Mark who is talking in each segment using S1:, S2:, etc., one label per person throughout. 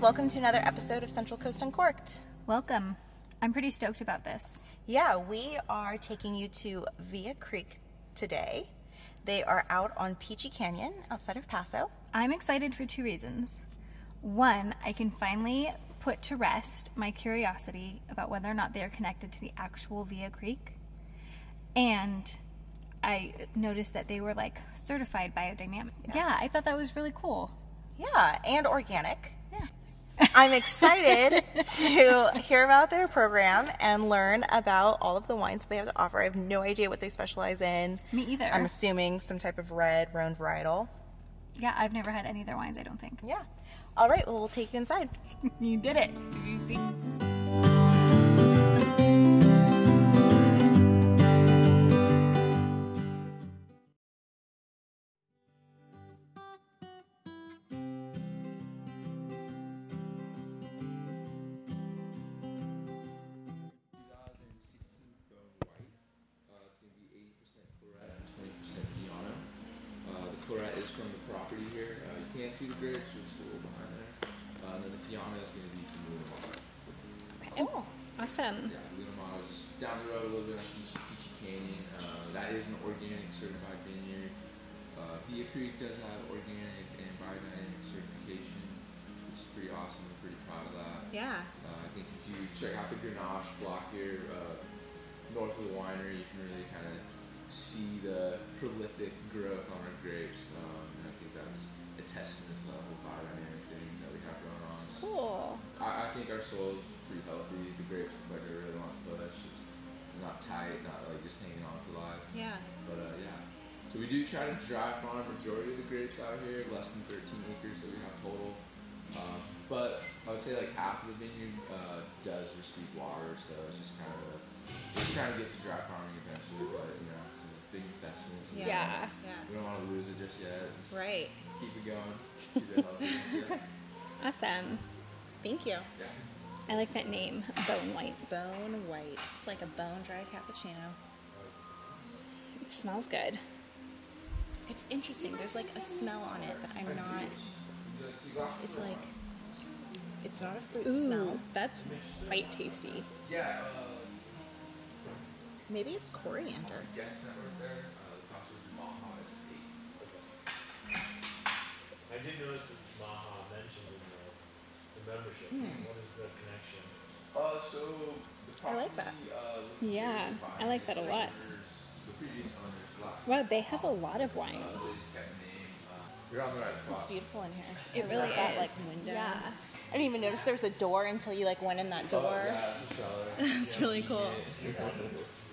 S1: Welcome to another episode of Central Coast Uncorked.
S2: Welcome. I'm pretty stoked about this.
S1: Yeah, we are taking you to Via Creek today. They are out on Peachy Canyon outside of Paso.
S2: I'm excited for two reasons. One, I can finally put to rest my curiosity about whether or not they are connected to the actual Via Creek. And I noticed that they were like certified biodynamic. Yeah, I thought that was really cool.
S1: Yeah, and organic.
S2: Yeah.
S1: I'm excited to hear about their program and learn about all of the wines that they have to offer. I have no idea what they specialize in.
S2: Me either.
S1: I'm assuming some type of red, roan varietal.
S2: yeah, I've never had any of their wines, I don't think.
S1: Yeah. All right, well, we'll take you inside.
S2: You did it. Did you see?
S3: Uh, it's going to be 80% Claret and 20% Fiano. Uh, the Claret is from the property here. Uh, you can't see the grapes, they're just a little behind there. Uh, and then the Fiano is going to be from Lunamata.
S1: Cool.
S3: Yeah, Lunamata is just down the road a little bit on Peachy, Peachy Canyon. Uh, that is an organic certified vineyard. Uh, Via Creek does have organic and biodynamic certification, which is pretty awesome. I'm pretty proud of that.
S1: Yeah.
S3: Uh, I think if you check out the Grenache block here, uh, north of the winery, you can really kind of see the prolific growth on our grapes. Um, and I think that's a testament to the whole biodynamic thing that we have going on. Just-
S2: Cool.
S3: I, I think our soil is pretty healthy. The grapes look like they really want to push. It's not tight, not like just hanging on for life.
S1: Yeah.
S3: But uh, yeah. So we do try to dry farm majority of the grapes out here, less than 13 acres that we have total. Uh, but I would say like half of the vineyard uh, does receive water, so it's just kind of a, just trying to get to dry farming eventually. But you know, it's a big investment. so we don't-
S4: Yeah.
S3: We don't want to lose it just yet. Just
S1: Right.
S3: Keep it going. Keep it healthy. yeah.
S4: Awesome.
S1: Thank you.
S3: yeah.
S4: I like that name, Bone White.
S1: Bone white. It's like a bone dry cappuccino.
S4: It smells good.
S1: It's interesting. There's like a smell on it that I'm not.
S3: Would you like two glasses
S1: It's
S3: or
S1: like. It's not a fruit
S4: Ooh,
S1: smell.
S4: that's quite tasty.
S3: Yeah. Uh,
S1: Maybe it's coriander.
S3: yes, that right there. Uh, the cost of Maha is eight.
S5: I did notice that Maha mentioned in the, the membership. What is the connection?
S3: Uh, so the
S1: I like
S3: property, Uh,
S4: Yeah,
S3: was
S4: I like that a lot.
S3: The previous owners left.
S4: Wow, they have a lot of
S3: Uh, they
S4: wines.
S3: just kept names. Uh, you're on the right spot.
S1: beautiful in here.
S4: It really
S1: that,
S4: is.
S1: like, window.
S4: Yeah.
S1: I didn't even notice there was a door until you like went in that
S3: Oh,
S1: door.
S3: yeah, it's a cellar. Yeah,
S1: It's really
S3: we
S1: cool.
S3: did.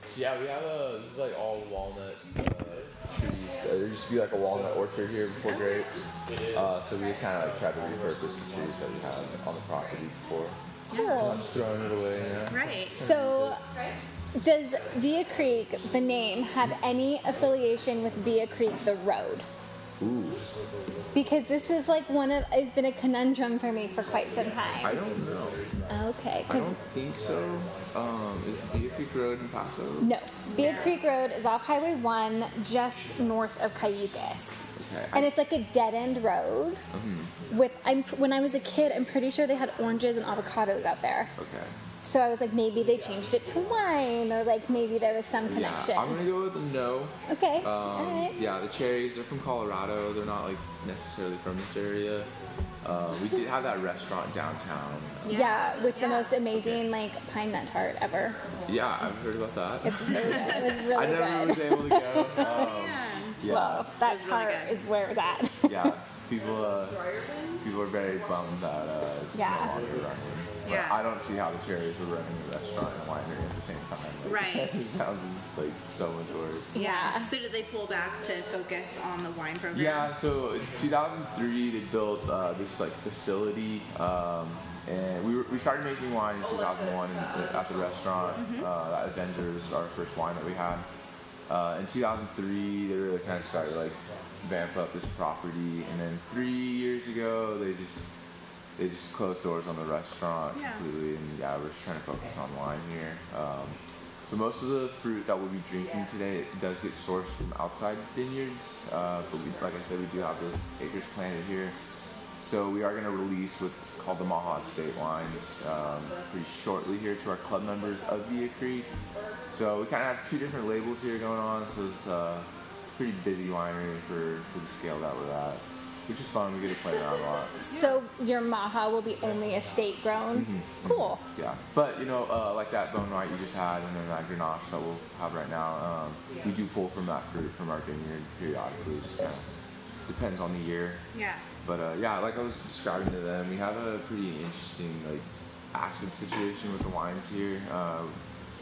S3: So yeah, we have a. This is like all walnut uh, trees. Uh, there used to be like a walnut orchard here before grapes. Uh, so we kind of like tried to repurpose the trees that we had on the property before. Not
S4: Cool.
S3: Just throwing it away. You know?
S1: Right.
S4: So, does Via Creek, the name, have any affiliation with Via Creek, the road?
S3: Ooh,
S4: Because this is like one of, it's been a conundrum for me for quite some
S3: I
S4: time.
S3: don't know.
S4: Okay.
S3: I
S4: 'cause-
S3: don't think so. Um, is Via Creek Road in Paso?
S4: No. Via Creek Road is off Highway 1, just north of Cayucas.
S3: Okay. Mm-hmm.
S4: And it's like a dead end road. With I'm, when I was a kid, I'm pretty sure they had oranges and avocados out there.
S3: Okay.
S4: So I was like, maybe they changed it to wine, or like maybe there was some connection.
S3: Yeah, I'm gonna go with a no.
S4: okay.
S3: Um,
S4: All right.
S3: Yeah, the cherries. They're from Colorado. They're not like necessarily from this area. Uh, we did have that restaurant downtown.
S4: Yeah, with the most amazing like pine nut tart ever.
S3: Yeah, I've heard about that.
S4: It's really good. It was
S3: I
S4: really
S3: never
S4: good.
S3: was able to go. Um, yeah.
S4: Whoa, that
S1: was really
S4: tart
S1: good.
S4: is where it was at.
S3: Yeah. People. Uh, people are very bummed that uh, it's
S4: Yeah.
S3: no longer running. But
S1: Yeah.
S3: I don't see how the cherries were running the restaurant and winery at the same time. Like,
S1: Right.
S3: it sounds like so much work.
S1: Yeah. So did they pull back to focus on the wine program?
S3: Yeah, so in 2003 they built uh, this like facility, um, and we, were, we started making wine in 2001 in- at the restaurant. Uh, that Avenger was our first wine that we had. Uh, in 2003 they really kind of started like vamp up this property, and then three years ago they just they just closed doors on the restaurant
S1: Yeah.
S3: completely, and yeah, we're just trying to focus on wine here. Um, so most of the fruit that we'll be drinking today it does get sourced from outside vineyards, uh, but we, like I said, we do have those acres planted here. So we are going to release what's called the Maha State Wines um, pretty shortly here to our club members of Via Creek. So we kind of have two different labels here going on. So it's a pretty busy winery for, for the scale that we're at, which is fun. We get to play around a lot.
S4: So your maha will be only estate grown.
S3: Mm-hmm.
S4: Cool.
S3: Yeah, but you know, uh, like that bone white you just had, and then that grenache that we'll have right now, um, we do pull from that fruit from our vineyard periodically. It just kind of depends on the year.
S1: Yeah.
S3: But uh, yeah, like I was describing to them, we have a pretty interesting like acid situation with the wines here. Uh,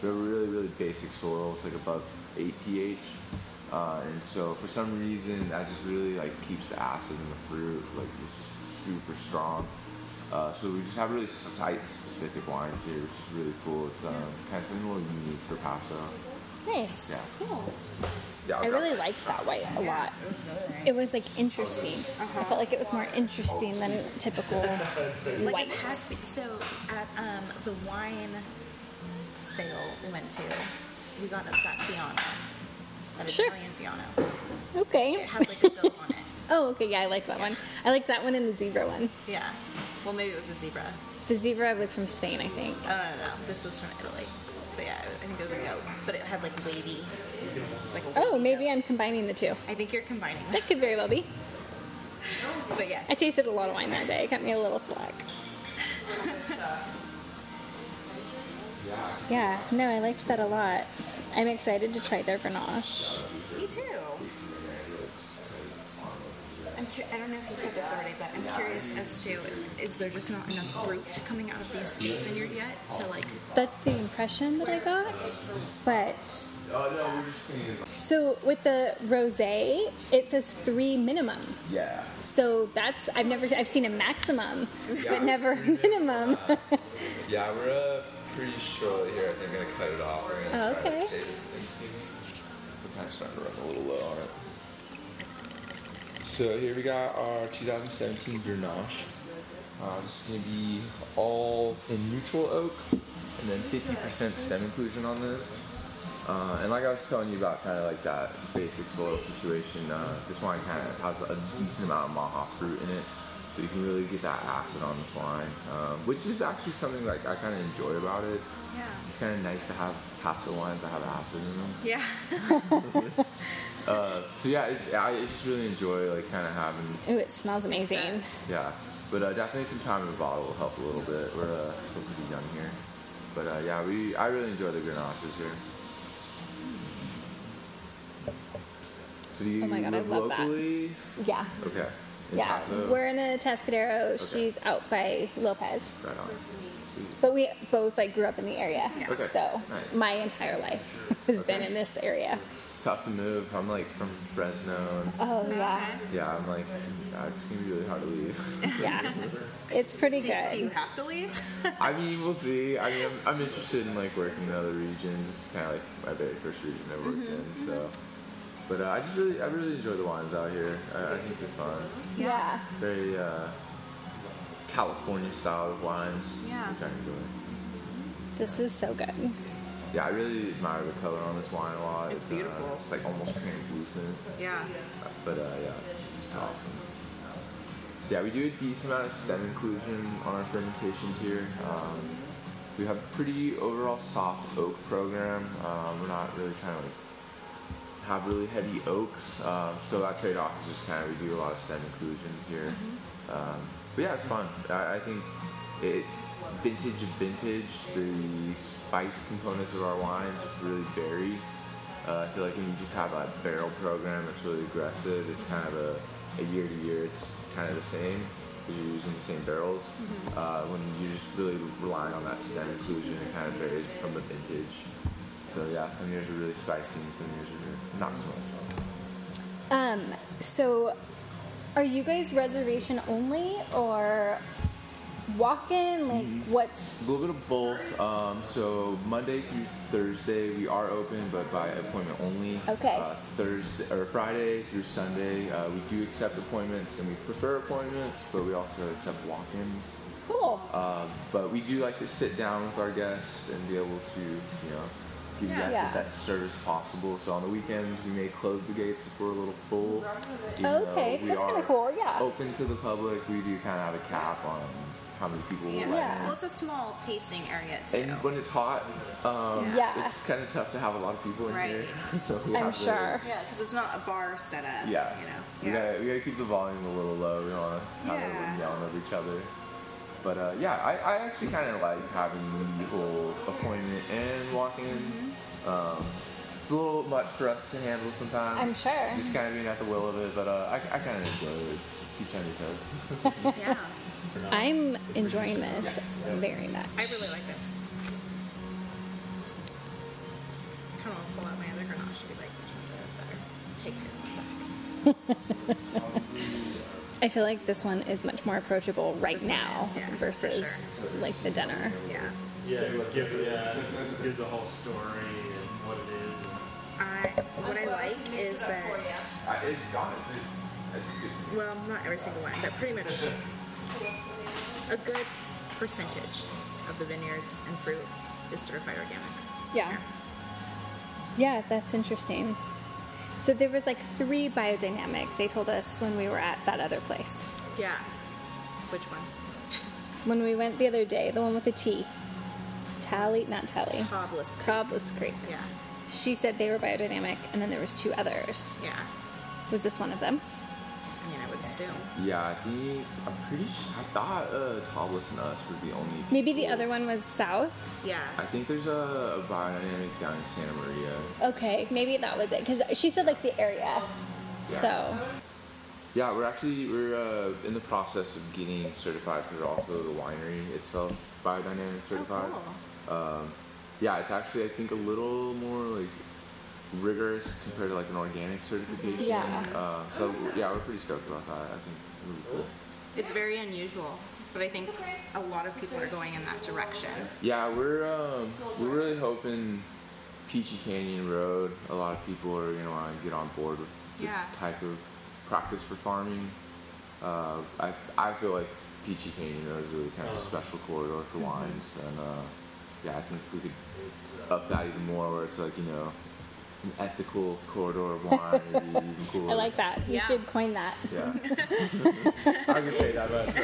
S3: we have a really really basic soil. It's like above eight pH. Uh, and so for some reason that just really like keeps the acid in the fruit like it's just super strong uh, so we just have really site specific wines here, which is really cool. It's um, kind of something a little unique for Paso.
S4: Nice.
S3: Yeah.
S4: Cool.
S3: Yeah,
S4: I really liked that white a lot.
S6: It was really nice.
S4: It was like interesting. I felt like it was more interesting than typical
S1: Uh-huh. Like
S4: white.
S1: it had so at um, the wine sale we went to, we got got Fiano, an
S4: Sure.
S1: Italian Fiano. It
S4: Okay.
S1: had like a bill on it.
S4: Oh, okay. Yeah, I like that one. I like that one and the zebra one.
S1: Yeah. Well, maybe it was a zebra.
S4: The zebra was from Spain, I think.
S1: Oh no, no, no. This was from Italy. So yeah, I think it was a goat, but it had like wavy. It was like a
S4: Oh,
S1: wavy
S4: maybe
S1: goat.
S4: I'm combining the two.
S1: I think you're combining them,
S4: That could very well be.
S1: but yes.
S4: I tasted a lot of wine that day. It got me a little slack. yeah, no, I liked that a lot. I'm excited to try their Grenache.
S1: Me too. I'm cu- I don't know if you said this already, but I'm curious as to is there just not enough fruit coming out of the estate vineyard yet to like
S4: That's the impression that I got. But. So with the rosé, it says three minimum.
S3: Yeah.
S4: So that's I've never I've seen a maximum,
S3: Yeah.
S4: but never a minimum.
S3: Yeah, we're uh, pretty short here. I think I'm gonna cut it off. We're
S4: gonna Oh, try to okay. save
S3: We're kind of starting to run a little low on it. So here we got our 2017 Grenache. Uh, this is gonna be all in neutral oak, and then 50% stem inclusion on this. Uh, and like I was telling you about, kind of like that basic soil situation. Uh, this wine kind of has a decent amount of maha fruit in it, so you can really get that acid on this wine, um, which is actually something like I kind of enjoy about it.
S1: Yeah.
S3: It's kind of nice to have Paso wines that have acid in them.
S1: yeah
S3: So yeah, it's, I just really enjoy like kind of having
S4: Ooh, it smells amazing.
S3: yeah. But uh, definitely some time in the bottle will help a little bit. We're uh, still pretty young here, but uh, yeah, we I really enjoy the Grenaches here. So do you
S4: Oh my God, I
S3: live
S4: love that.
S3: locally?
S4: Yeah.
S3: Okay. In
S4: Yeah.
S3: Paso?
S4: We're in a Tascadero. She's out by Lopez.
S3: Right on. Sweet.
S4: But we both like grew up in the area.
S3: Okay.
S4: So
S3: Nice.
S4: my entire life has been
S3: Okay.
S4: in this area.
S3: It's tough to move. I'm like from Fresno. And,
S4: Oh yeah.
S3: yeah, I'm like, yeah, it's gonna be really hard to leave.
S4: Yeah. It's pretty
S1: do, do you
S4: good.
S1: have to leave
S3: I mean, we'll see. I mean, I'm, I'm interested in like working in other regions. It's kind of like my very first region I worked in.
S1: Mm-hmm.
S3: So, but uh, I just really, I really enjoy the wines out here. I, I think they're fun.
S4: Yeah.
S3: Very uh, California style of wines.
S1: Yeah.
S3: Which I enjoy.
S4: This is so good.
S3: Yeah, I really admire the color on this wine a lot.
S1: It's
S3: uh,
S1: beautiful.
S3: it's like almost translucent.
S1: yeah
S3: But uh, yeah, it's, it's just awesome. So yeah, we do a decent amount of stem inclusion on our fermentations here. Um, we have a pretty overall soft oak program. Um, we're not really trying to like have really heavy oaks, um, so that trade-off is just kind of we do a lot of stem inclusions here. Um, but yeah, it's fun. I, I think it vintage of vintage, the spice components of our wines really vary. Uh, I feel like when you just have a barrel program that's really aggressive, it's kind of a, a year to year, it's kind of the same because you're using the same barrels. Uh, when you're just really relying on that stem inclusion, it kind of varies from the vintage. So yeah, some years are really spicy and some years are not so much.
S4: Um, so are you guys reservation only or walk in? Like
S3: Mm-hmm.
S4: what's
S3: A little bit of both. Um, so Monday through Thursday we are open, but by appointment only.
S4: Okay.
S3: Uh, Thursday or Friday through Sunday, uh, we do accept appointments, and we prefer appointments, but we also accept walk-ins.
S4: cool?
S3: Uh, but we do like to sit down with our guests and be able to, you know, give you guys
S4: Yeah.
S3: the best service possible. So on the weekends, we may close the gates if we're a little full. even though
S4: Okay,
S3: we
S4: that's kinda
S3: are
S4: cool, yeah.
S3: Open to the public. We do kind of have a cap on how many people we're
S1: Yeah.
S3: letting
S4: Yeah.
S3: in.
S1: Well, it's a small tasting area too.
S3: And when it's hot, um,
S4: Yeah.
S3: it's kind of tough to have a lot of people in
S1: Right.
S3: here. So we
S4: I'm
S3: have to-
S4: sure.
S1: yeah, because it's not a bar setup.
S3: yeah,
S1: You
S3: we
S1: know.
S3: gotta we gotta keep the volume a little low. We don't want to have
S1: Yeah.
S3: everyone yelling over each other. But uh, yeah, I, I actually kind of like having the whole appointment and walk in.
S4: Mm-hmm.
S3: Um, it's a little much for us to handle sometimes.
S4: I'm sure.
S3: Just kind of being at the will of it, but uh, I, I kind of enjoy it. Keep on your toes.
S1: yeah.
S4: I'm enjoying this very much.
S1: I really like this. Kind of want to pull out my other Grenache to be like, which one did I better? Take it.
S4: I feel like this one is much more approachable right
S1: This one
S4: now
S1: is, yeah, for
S4: versus
S1: sure.
S4: like the dinner.
S1: Yeah.
S5: Yeah, give, yeah, give the whole story and what it is. And
S1: I what I like is that
S3: I, it, honestly, I just get
S1: well, not every single one, but pretty much a good percentage of the vineyards and fruit is certified organic.
S4: Yeah. Yeah, that's interesting. So there was like three biodynamic. They told us when we were at that other place.
S1: Yeah. Which one?
S4: When we went the other day, the one with the T. Tally, not Tally.
S1: Tobless Creek.
S4: Tobless Creek.
S1: Yeah.
S4: She said they were biodynamic, and then there was two others.
S1: Yeah.
S4: Was this one of them?
S1: I mean, I would assume.
S3: Yeah, I think I'm pretty sure. I thought uh, Tobless and Us were the only.
S4: Maybe the other one was South.
S1: Yeah.
S3: I think there's a, a biodynamic down in Santa Maria.
S4: Okay, maybe that was it because she said like the area.
S3: Yeah.
S4: So
S3: Yeah, we're actually we're uh, in the process of getting certified for also the winery itself biodynamic certified. um, yeah, it's actually I think a little more like rigorous compared to like an organic certification.
S4: Yeah.
S3: Uh, so yeah, we're pretty stoked about that. I think it'll be cool.
S1: It's very unusual, but I think a lot of people are going in that direction.
S3: Yeah, we're um, we're really hoping Peachy Canyon Road. A lot of people are gonna want to get on board with this
S1: Yeah.
S3: type of practice for farming. Uh, I I feel like Peachy Canyon Road is really kind of a special corridor
S4: Mm-hmm.
S3: for wines, and uh, yeah, I think we could up that even more, where it's like you know an ethical corridor of wine. would be even cooler.
S4: I like that. You
S1: Yeah.
S4: should coin that.
S3: Yeah, I can pay that much.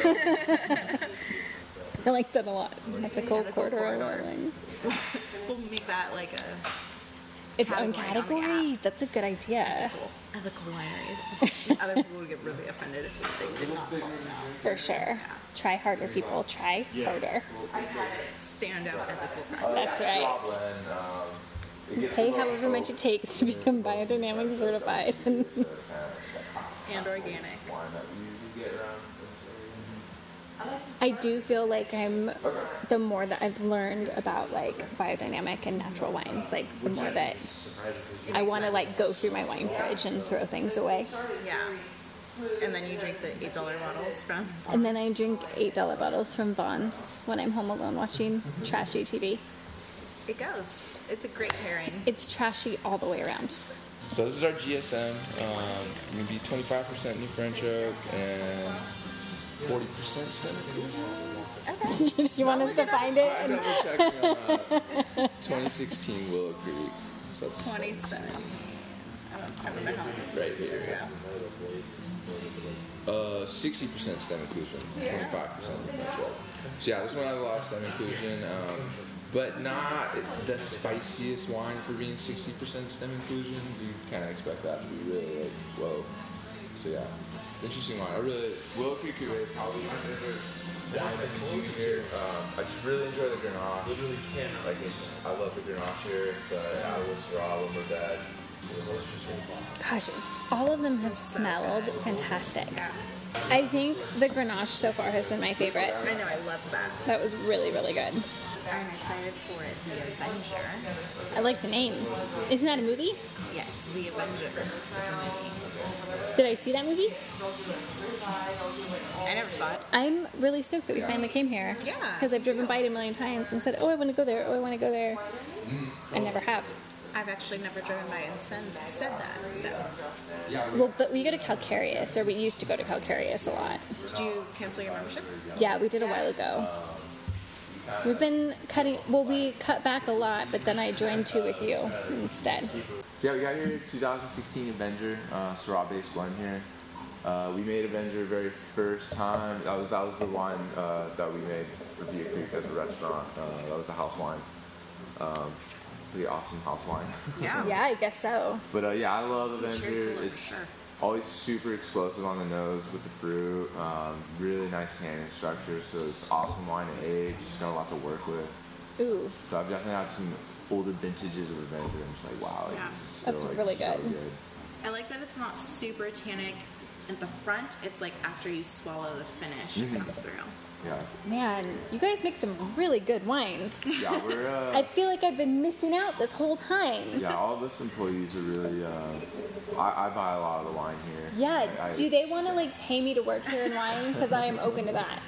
S4: I like that a lot. At the cold
S1: that's a
S4: quarter
S1: corridor.
S4: island.
S1: We'll make that like a
S4: Its own
S1: Category on the
S4: category. That's a good idea
S1: ethical wineries. Other people would get really offended if they did not call them out.
S4: for sure. Try harder, people. Try
S5: Yeah.
S4: harder.
S1: Stand out ethical practice.
S4: That's right.
S3: When, um, it gets a
S4: Pay
S3: little
S4: however much it takes to become biodynamic certified.
S1: And organic.
S3: wine that we usually get around this area.
S4: I do feel like I'm the more that I've learned about like biodynamic and natural wines, like the more that
S5: surprised if
S4: I want to like go through my wine fridge and throw things away.
S1: Yeah. And then you drink the eight dollar bottles from.
S4: And then I drink eight dollar bottles from Vaughn's when I'm home alone watching trashy TV.
S1: It goes. It's a great pairing.
S4: It's trashy all the way around.
S3: So this is our GSM. Um, going to be 25% new French oak and 40% standard
S4: Do you want us to find it?
S3: I double checked on uh, 2016 Willow Creek. So that's
S1: Twenty seventeen. I don't I remember how many.
S3: right here.
S1: Yeah.
S3: Uh, 60% stem inclusion, 25% French oak. So yeah, this one has a lot of stem inclusion, um, but not the spiciest wine for being 60% stem inclusion. You kind of expect that to be really like, whoa. So yeah, interesting wine. I really, Willow Creek Cuvée is probably my favorite wine that we do here. Um, I just really enjoy the Grenache. Literally cannot. Like it's just, I love the Grenache here, the Atlas Syrah, Lumberbed.
S4: Gosh, all of them have smelled fantastic. I think the Grenache so far has been my favorite.
S1: I know. I loved that.
S4: That was really, really good.
S1: I'm excited for it. The Avenger.
S4: I like the name. Isn't that a movie?
S1: Yes, The Avengers is a movie.
S4: Did I see that movie?
S1: I never saw it.
S4: I'm really stoked that we finally came here.
S1: Yeah.
S4: Because I've driven by it a million times and said, oh, I want to go there. Oh, I want to go there. I never have.
S1: I've actually never driven by and said, said that. So,
S4: Well, but we go to Calcareus, or we used to go to Calcareus a lot.
S1: did you cancel your membership?
S4: Yeah, we did a while ago. We've been cutting. Well, we cut back a lot, but then I joined two with you instead.
S3: So yeah, we got your 2016 Avenger uh, Syrah based blend here. Uh, we made Avenger very first time. That was that was the wine uh, that we made for Via Creek as a restaurant. Uh, that was the house wine. Um, pretty awesome house wine.
S1: Yeah.
S4: Yeah, I guess so.
S3: But uh, yeah, I love
S1: cherry
S3: Avenger.
S1: cooler for
S3: It's
S1: sure.
S3: always super explosive on the nose with the fruit. Um, really nice tannin structure, so it's awesome wine to age. Just got a lot to work with.
S4: Ooh,
S3: So I've definitely had some older vintages of Avenger. I'm just like, wow, like,
S1: Yeah.
S3: this is still,
S4: That's
S3: like,
S4: really
S3: so
S4: good.
S1: I like that it's not super tannic at the front. It's like after you swallow the finish, it comes through.
S3: Yeah,
S4: man, you guys make some really good wines.
S3: yeah, we're. Uh,
S4: I feel like I've been missing out this whole time.
S3: Yeah, all of us employees are really. Uh, I, I buy a lot of the wine here.
S4: Yeah,
S3: I- I-
S4: do they want to like pay me to work here in wine? Because I am open to that.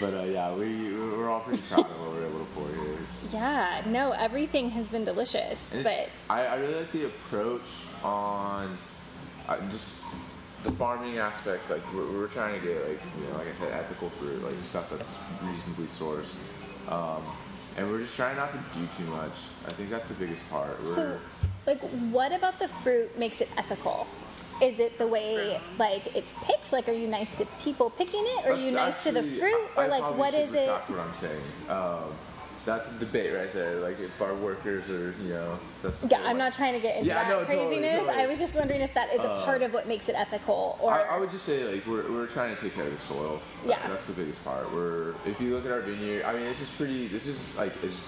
S3: But uh, yeah, we we're all pretty proud of what we're able to pour here. It's-
S4: Yeah, no, everything has been delicious,
S3: and
S4: but
S3: it's- I, I really like the approach on uh, just the farming aspect. Like we're, we're trying to get like you know like I said ethical fruit, like stuff that's reasonably sourced, um, and we're just trying not to do too much. I think that's the biggest part. We're,
S4: so like what about the fruit makes it ethical? Is it the way like it's picked? Like are you nice to people picking it? Or are you nice
S3: That's
S4: to the
S3: actually-
S4: fruit?
S3: I-
S4: Or
S3: I
S4: like
S3: probably
S4: what
S3: should
S4: is it?
S3: retract what I'm saying. Um, that's a debate right there. Like if our workers are, you know, that's.
S4: Yeah, I'm not trying to get into
S3: Yeah,
S4: that
S3: no, totally,
S4: craziness.
S3: totally.
S4: I was just wondering if that is a part of what makes it ethical or
S3: I, I would just say like we're, we're trying to take care of the soil.
S4: Yeah.
S3: That- that's the biggest part. We're if you look at our vineyard, I mean this is pretty. This is like as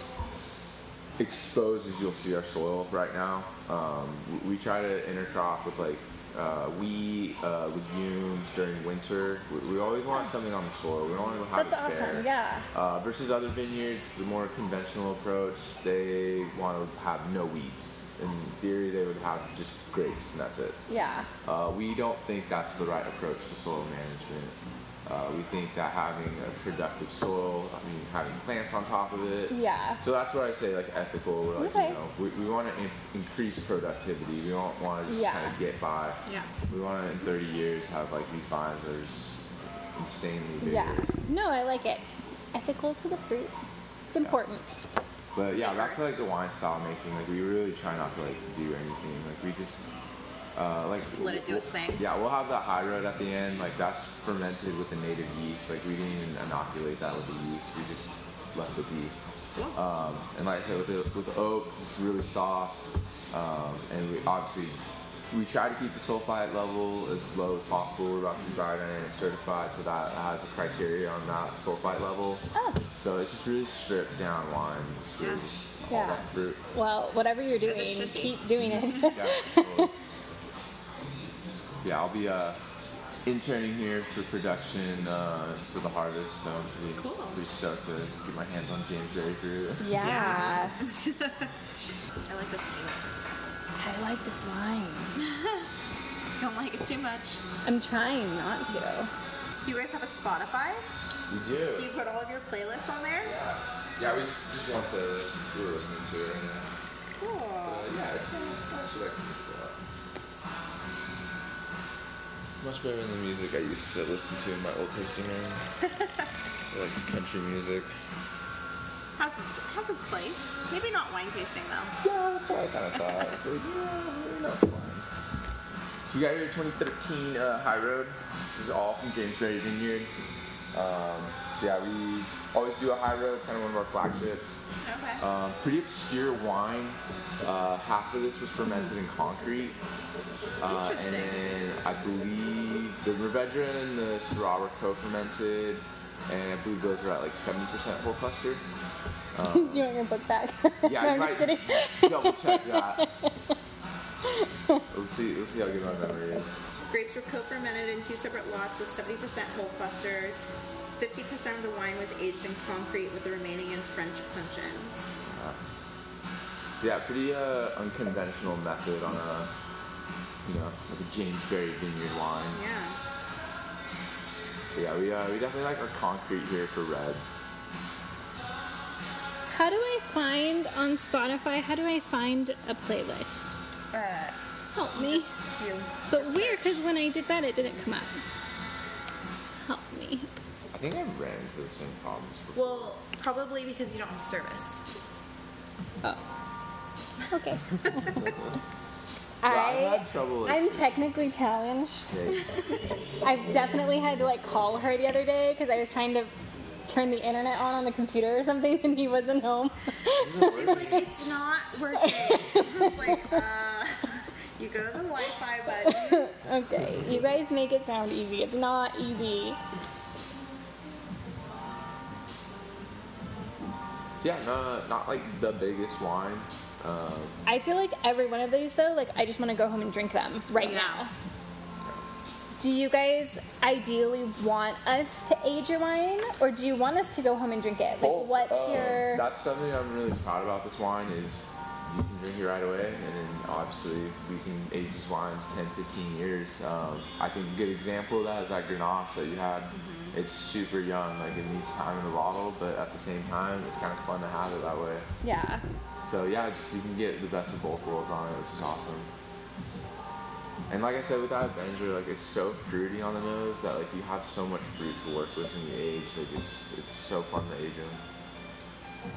S3: exposed as you'll see our soil right now. Um, we, we try to intercrop with like uh, wheat, uh, legumes during winter. We, we always want something on the soil. We don't want to have
S4: that's
S3: it bare.
S4: awesome, yeah.
S3: Uh, versus other vineyards, the more conventional approach, they want to have no weeds. In theory, they would have just grapes and that's it.
S4: Yeah.
S3: Uh, we don't think that's the right approach to soil management. Uh, we think that having a productive soil, I mean, having plants on top of it.
S4: Yeah.
S3: So that's where I say like ethical. We're like,
S4: Okay.
S3: you know, we, we want to in- increase productivity. We don't want to just
S4: Yeah.
S3: kind of get by.
S1: Yeah.
S3: We want to in 30 years have like these vines that are just insanely big.
S4: Yeah. No, I like it. Ethical to the fruit. It's important.
S3: But yeah, back to like the wine style making, like we really try not to like do anything. Like we just uh, like
S1: Let it do
S3: we'll-
S1: its thing.
S3: Yeah, we'll have that high road at the end. Like that's fermented with the native yeast. Like we didn't even inoculate that with the yeast. We just left it be. Um, and like I said, with the, with the oak, it's really soft. Um, and we obviously we try to keep the sulfite level as low as possible. We're about to be biodynamic certified, so that has a criteria on that sulfite level.
S4: Oh.
S3: So it's just really stripped down wine. It's really
S1: Yeah.
S3: just
S4: Yeah.
S3: all that fruit.
S4: Well, whatever you're
S1: it
S4: doing,
S1: should be.
S4: keep doing it.
S3: Yeah. totally. yeah, I'll be uh, interning here for production uh, for the harvest, so I'm pretty,
S1: Cool.
S3: pretty stoked to get my hands on James Berry fruit.
S4: yeah.
S1: I like this one.
S4: I like this wine.
S1: Don't like it too much.
S4: I'm trying not to.
S1: You guys have a Spotify?
S3: We
S1: Do you put all of your playlists on there?
S3: Yeah, yeah we just, just want the we were listening to it right now.
S1: Cool.
S3: But yeah, it's actually like music a lot. It's much better than the music I used to listen to in my old tasting room. I liked country music.
S1: Has its, has its place. Maybe not wine tasting though.
S3: Yeah, that's what I kind of thought. It's like, yeah, we're not fine. So we got here 2013 uh, High Road. This is all from James Berry Vineyard. Um, so yeah, we always do a High Road, kind of one of our flagships.
S1: Okay.
S3: Um, pretty obscure wine. Uh, half of this was fermented in concrete. Uh, and
S1: Interesting.
S3: then I believe the Revedra and the Syrah were co-fermented. And I believe those are at like 70% whole cluster
S4: Do you want your book back?
S3: Oh. yeah,
S4: No,
S3: I
S4: I'm just
S3: might
S4: kidding.
S3: double check that. let's see. Let's see how good my memory is.
S1: Grapes were co-fermented in two separate lots with 70% whole clusters. 50% of the wine was aged in concrete with the remaining in French puncheons.
S3: So yeah, pretty uh, unconventional method on a you know like a James Berry vineyard wine.
S1: Yeah.
S3: But yeah, we uh, we definitely like our concrete here for reds.
S4: How do I find on Spotify? How do I find a playlist?
S1: Uh,
S4: Help me.
S1: do you
S4: But weird, because when I did that, it didn't come up. Help me.
S3: I think think I've ran into the same problems before.
S1: Well, probably because you don't have service.
S4: Oh. Okay.
S3: I've
S4: I
S3: had trouble. Like,
S4: I'm technically challenged.
S3: yeah.
S4: I've definitely had to like call her the other day because I was trying to turn the internet on on the computer or something and he wasn't home.
S1: She's like, it's not working. I was like, uh, you go to the Wi-Fi button.
S4: okay, you guys make it sound easy. It's not easy.
S3: yeah, no, not like the biggest wine. Um,
S4: I feel like every one of these though, like I just want to go home and drink them right now. Do you guys ideally want us to age your wine or do you want us to go home and drink it? Like
S3: both,
S4: what's
S3: um,
S4: your
S3: That's something I'm really proud about. This wine is you can drink it right away, and then obviously we can age these wines 10, 15 years. Um, I think a good example of that is that Grenache that you had.
S4: Mm-hmm.
S3: It's super young, like it needs time in the bottle, but at the same time, it's kind of fun to have it that way.
S4: Yeah.
S3: So yeah, just, you can get the best of both worlds on it, which is awesome. And like I said, with that Avenger, like it's so fruity on the nose that like you have so much fruit to work with when you age. Like it's it's so fun to age them.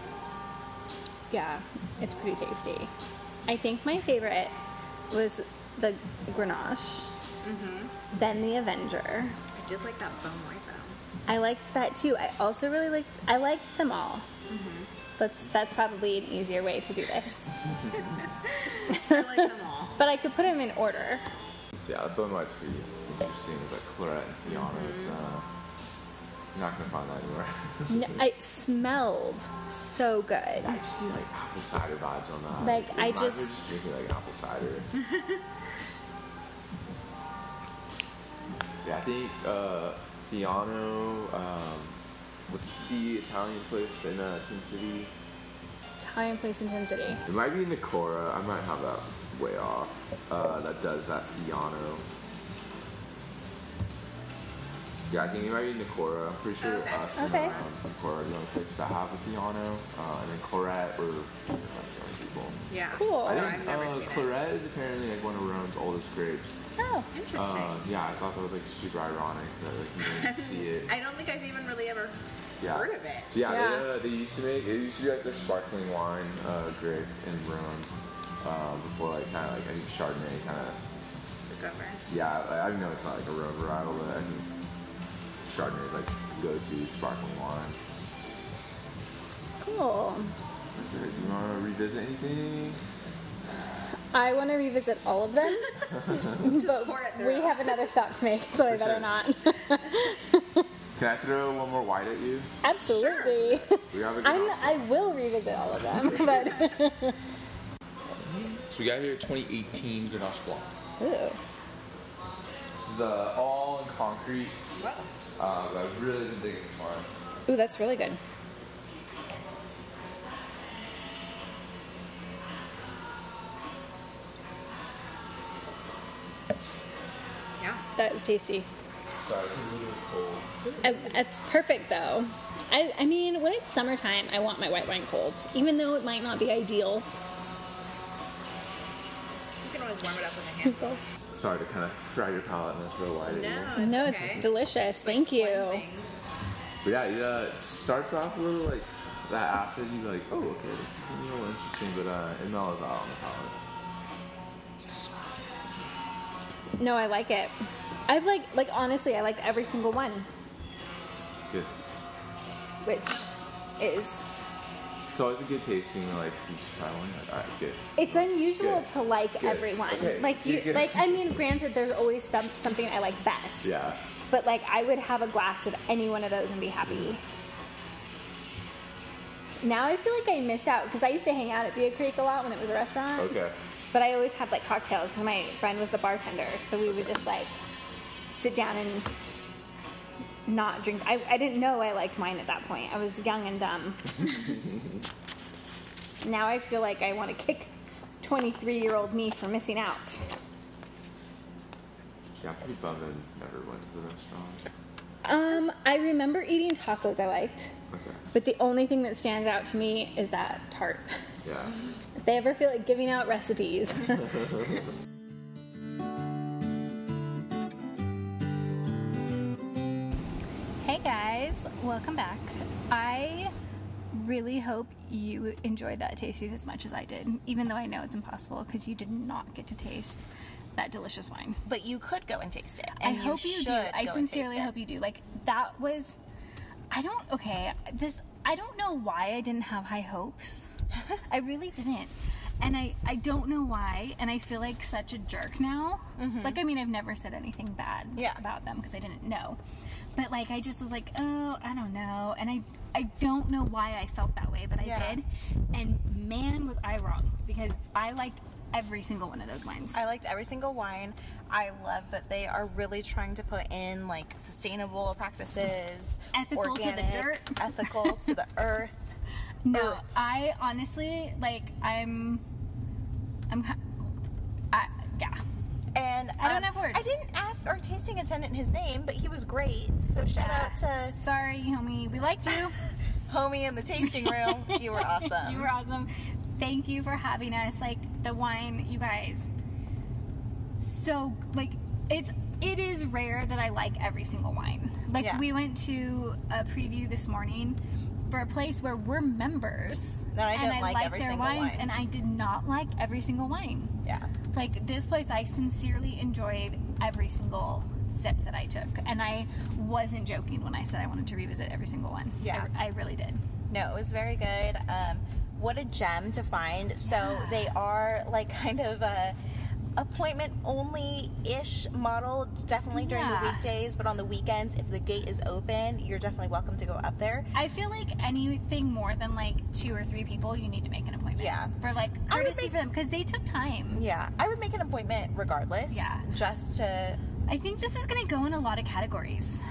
S4: Yeah, it's pretty tasty. I think my favorite was the Grenache, then the Avenger.
S1: I did like that bone white though.
S4: I liked that too. I also really liked. I liked them all. That's that's probably an easier way to do this.
S1: I like them all.
S4: But I could put them in order.
S3: Yeah, the bone white's pretty interesting, but Claret and Fiona, it's, uh, you're not gonna find that anywhere.
S4: No, it smelled so good.
S3: I just see like apple cider vibes on that.
S4: Like,
S3: It
S4: I
S3: reminds me of
S4: just-
S3: just drinking like an apple cider. yeah, I think uh, Fiano. Um, what's the Italian place in uh, Tin City?
S4: Italian place in Tin City.
S3: It might be Nicora. I might have that way off. Uh, that does that Fiano. Yeah, I think it might be Nicora. I'm pretty sure
S1: Okay.
S3: us
S4: Okay.
S3: and um, Nicora are the only places that have a Fiano. Uh, and then Claret, we're like some people.
S1: Yeah.
S4: Cool.
S1: No,
S3: I
S1: I've
S3: think
S1: never
S3: uh,
S1: seen it.
S3: Claret is apparently like one of Rome's oldest grapes.
S4: Oh,
S1: Interesting.
S3: Uh, yeah, I thought that was like super ironic that like you didn't see it.
S1: I don't think I've even really ever
S3: Yeah.
S1: heard of it.
S3: So yeah, They,
S4: Yeah.
S3: uh, they used to make it used to be like their sparkling wine uh, grape in Rome uh, before like kind of like I think Chardonnay kind of
S1: Look over.
S3: yeah I, I know it's not like a Rome varietal but I think Chardonnay is like go to sparkling wine.
S4: cool.
S3: Do you want to revisit anything?
S4: I want to revisit all of them, but
S1: pour it
S4: we
S1: through.
S4: have another stop to make, so I
S3: For
S4: better
S3: sure.
S4: not.
S3: Can I throw one more white at you?
S4: Absolutely.
S3: We have a good
S4: I'm,
S3: option.
S4: I will revisit all of them, but
S3: So we got here 2018 Grenache Blanc.
S4: Ooh.
S3: This is uh, all in concrete.
S1: Whoa.
S3: Uh, but I've really been digging this wine.
S4: Ooh, that's really good.
S1: Yeah.
S4: That is tasty.
S3: Sorry, it's a little cold.
S4: I, it's perfect though. I, I mean, when it's summertime, I want my white wine cold, even though it might not be ideal.
S1: You can always warm it up with a handful.
S4: So-
S3: Sorry to kind of fry your palate and then throw white at you.
S1: No, it's
S4: no,
S1: okay.
S4: it's delicious. Thank you.
S1: Cleansing.
S3: But yeah, yeah, it starts off a little like that acid. You're like, oh, okay, this is a little interesting, but uh, it mellows out on the palate.
S4: No, I like it. I've like like honestly, I liked every single one,
S3: Good.
S4: which is
S3: It's always a good tasting. Like you should try one. Like, all right, good.
S4: it's unusual
S3: Good.
S4: to like
S3: Good.
S4: everyone.
S3: Okay.
S4: Like you,
S3: You're good.
S4: like I mean, granted, there's always some, something I like best.
S3: Yeah.
S4: But like, I would have a glass of any one of those and be happy. Now I feel like I missed out because I used to hang out at Via Creek a lot when it was a restaurant.
S3: Okay.
S4: But I always had like cocktails because my friend was the bartender, so we would just like sit down and not drink. I, I didn't know I liked wine at that point. I was young and dumb. now I feel like I want to kick 23 year old me for missing out.
S3: Yeah, I'm pretty bummed I never went to the restaurant.
S4: Um, I remember eating tacos I liked,
S3: Okay.
S4: but the only thing that stands out to me is that tart.
S3: Yeah.
S4: If they ever feel like giving out recipes.
S2: Hey guys, guys, welcome back. I really hope you enjoyed that tasting as much as I did, even though I know it's impossible because you did not get to taste that delicious wine.
S1: But you could go and taste it.
S2: I
S1: and
S2: hope you, do.
S1: should
S2: I
S1: go and taste
S2: sincerely
S1: it.
S2: hope you do. Like that was I don't okay, this I don't know why I didn't have high hopes. I really didn't. And I, I don't know why, and I feel like such a jerk now. Like, I mean, I've never said anything bad
S1: Mm-hmm. Yeah.
S2: about them because I didn't know. But, like, I just was like, oh, I don't know. And I, I don't know why I felt that way, but I
S1: Yeah.
S2: did. And man, was I wrong because I liked every single one of those wines.
S1: I liked every single wine. I love that they are really trying to put in like sustainable practices,
S2: Ethical to the
S1: organic,
S2: dirt.
S1: ethical to the earth.
S2: No,
S1: Earth.
S2: I honestly like I'm, I'm, ki- I yeah.
S1: And
S2: I don't
S1: um,
S2: have words.
S1: I didn't ask our tasting attendant his name, but he was great. So shout out to
S2: Sorry, homie. We liked you.
S1: homie in the tasting room. You were awesome.
S2: you were awesome. Thank you for having us. Like the wine, you guys. So like it's it is rare that I like every single wine. Like
S1: Yeah.
S2: we went to a preview this morning for a place where we're members.
S1: No, I
S2: and
S1: didn't
S2: I
S1: like
S2: like
S1: every
S2: their
S1: single
S2: wines,
S1: wine.
S2: and I did not like every single wine.
S1: yeah.
S2: like this place i sincerely enjoyed every single sip that i took and i wasn't joking when i said i wanted to revisit every single one
S1: Yeah.
S2: i, I really did
S1: No, it was very good. Um, what a gem to find. So they are like kind of a appointment only ish model, definitely during the
S2: Yeah.
S1: weekdays, but on the weekends, if the gate is open, you're definitely welcome to go up there.
S2: i feel like anything more than like two or three people you need to make an appointment
S1: Yeah.
S2: for like
S1: I would
S2: courtesy
S1: make-
S2: for them because they took time
S1: Yeah, I would make an appointment regardless.
S2: Yeah.
S1: Just to
S2: i think this is going to go in a lot of categories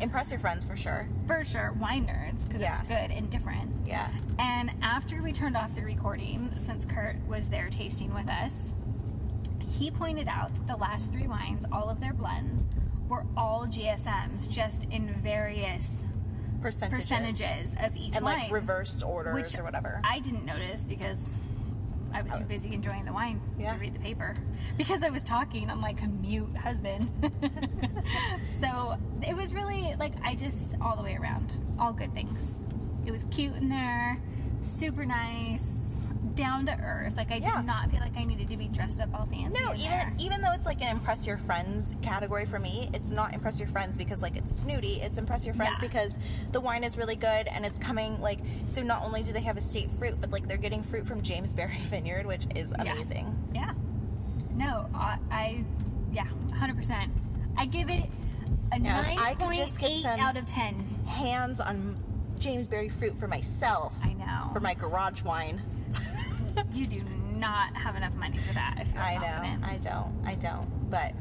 S1: impress your friends for sure.
S2: for sure wine nerds because
S1: Yeah.
S2: it's good and different
S1: Yeah.
S2: And after we turned off the recording, since Kurt was there tasting with us, he pointed out that the last three wines, all of their blends, were all GSMs, just in various
S1: Percentages.
S2: percentages of each
S1: And
S2: wine.
S1: like reversed orders
S2: which
S1: or whatever. Oh.
S2: I didn't notice because I was too busy enjoying the wine
S1: Yeah.
S2: to read the paper. Because I was talking, I'm like, mute husband. so it was really like, I just, all the way around, all good things. It was cute in there, super nice, down to earth. Like, I
S1: Yeah.
S2: did not feel like I needed to be dressed up all fancy.
S1: No,
S2: in
S1: even e-
S2: there.
S1: even though it's like an impress your friends category for me, it's not impress your friends because like it's snooty. It's impress your friends
S2: Yeah.
S1: because the wine is really good and it's coming like so. Not only do they have estate fruit, but like they're getting fruit from James Berry Vineyard, which is
S2: Yeah.
S1: amazing.
S2: Yeah. No, I, I yeah, 100%. I give it a
S1: Yeah, if I could just get
S2: 9.8
S1: some-
S2: out of 10.
S1: Hands on James Berry fruit for myself
S2: I know.
S1: for my garage wine.
S2: You do not have enough money for that. I feel
S1: I
S2: confident.
S1: know, I don't, I don't, but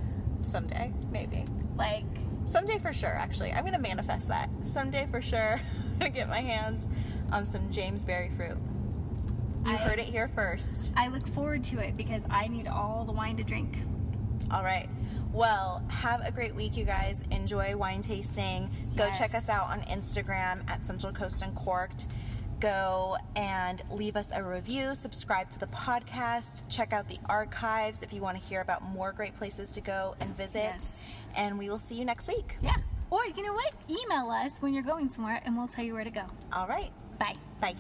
S1: someday maybe.
S2: like,
S1: Someday for sure, actually. I'm gonna manifest that. Someday for sure, I get my hands on some James Berry fruit. You
S2: I-
S1: heard it here first.
S2: I look forward to it because I need all the wine to drink.
S1: All right. Well, have a great week, you guys. Enjoy wine tasting. Go check us
S2: Yes.
S1: out on Instagram at Central Coast Uncorked. Go and leave us a review, subscribe to the podcast, check out the archives if you want to hear about more great places to go and visit.
S2: Yes.
S1: And we will see you next week.
S2: Yeah. Or you know what? Email us when you're going somewhere and we'll tell you where to go.
S1: All right.
S2: Bye.
S1: Bye.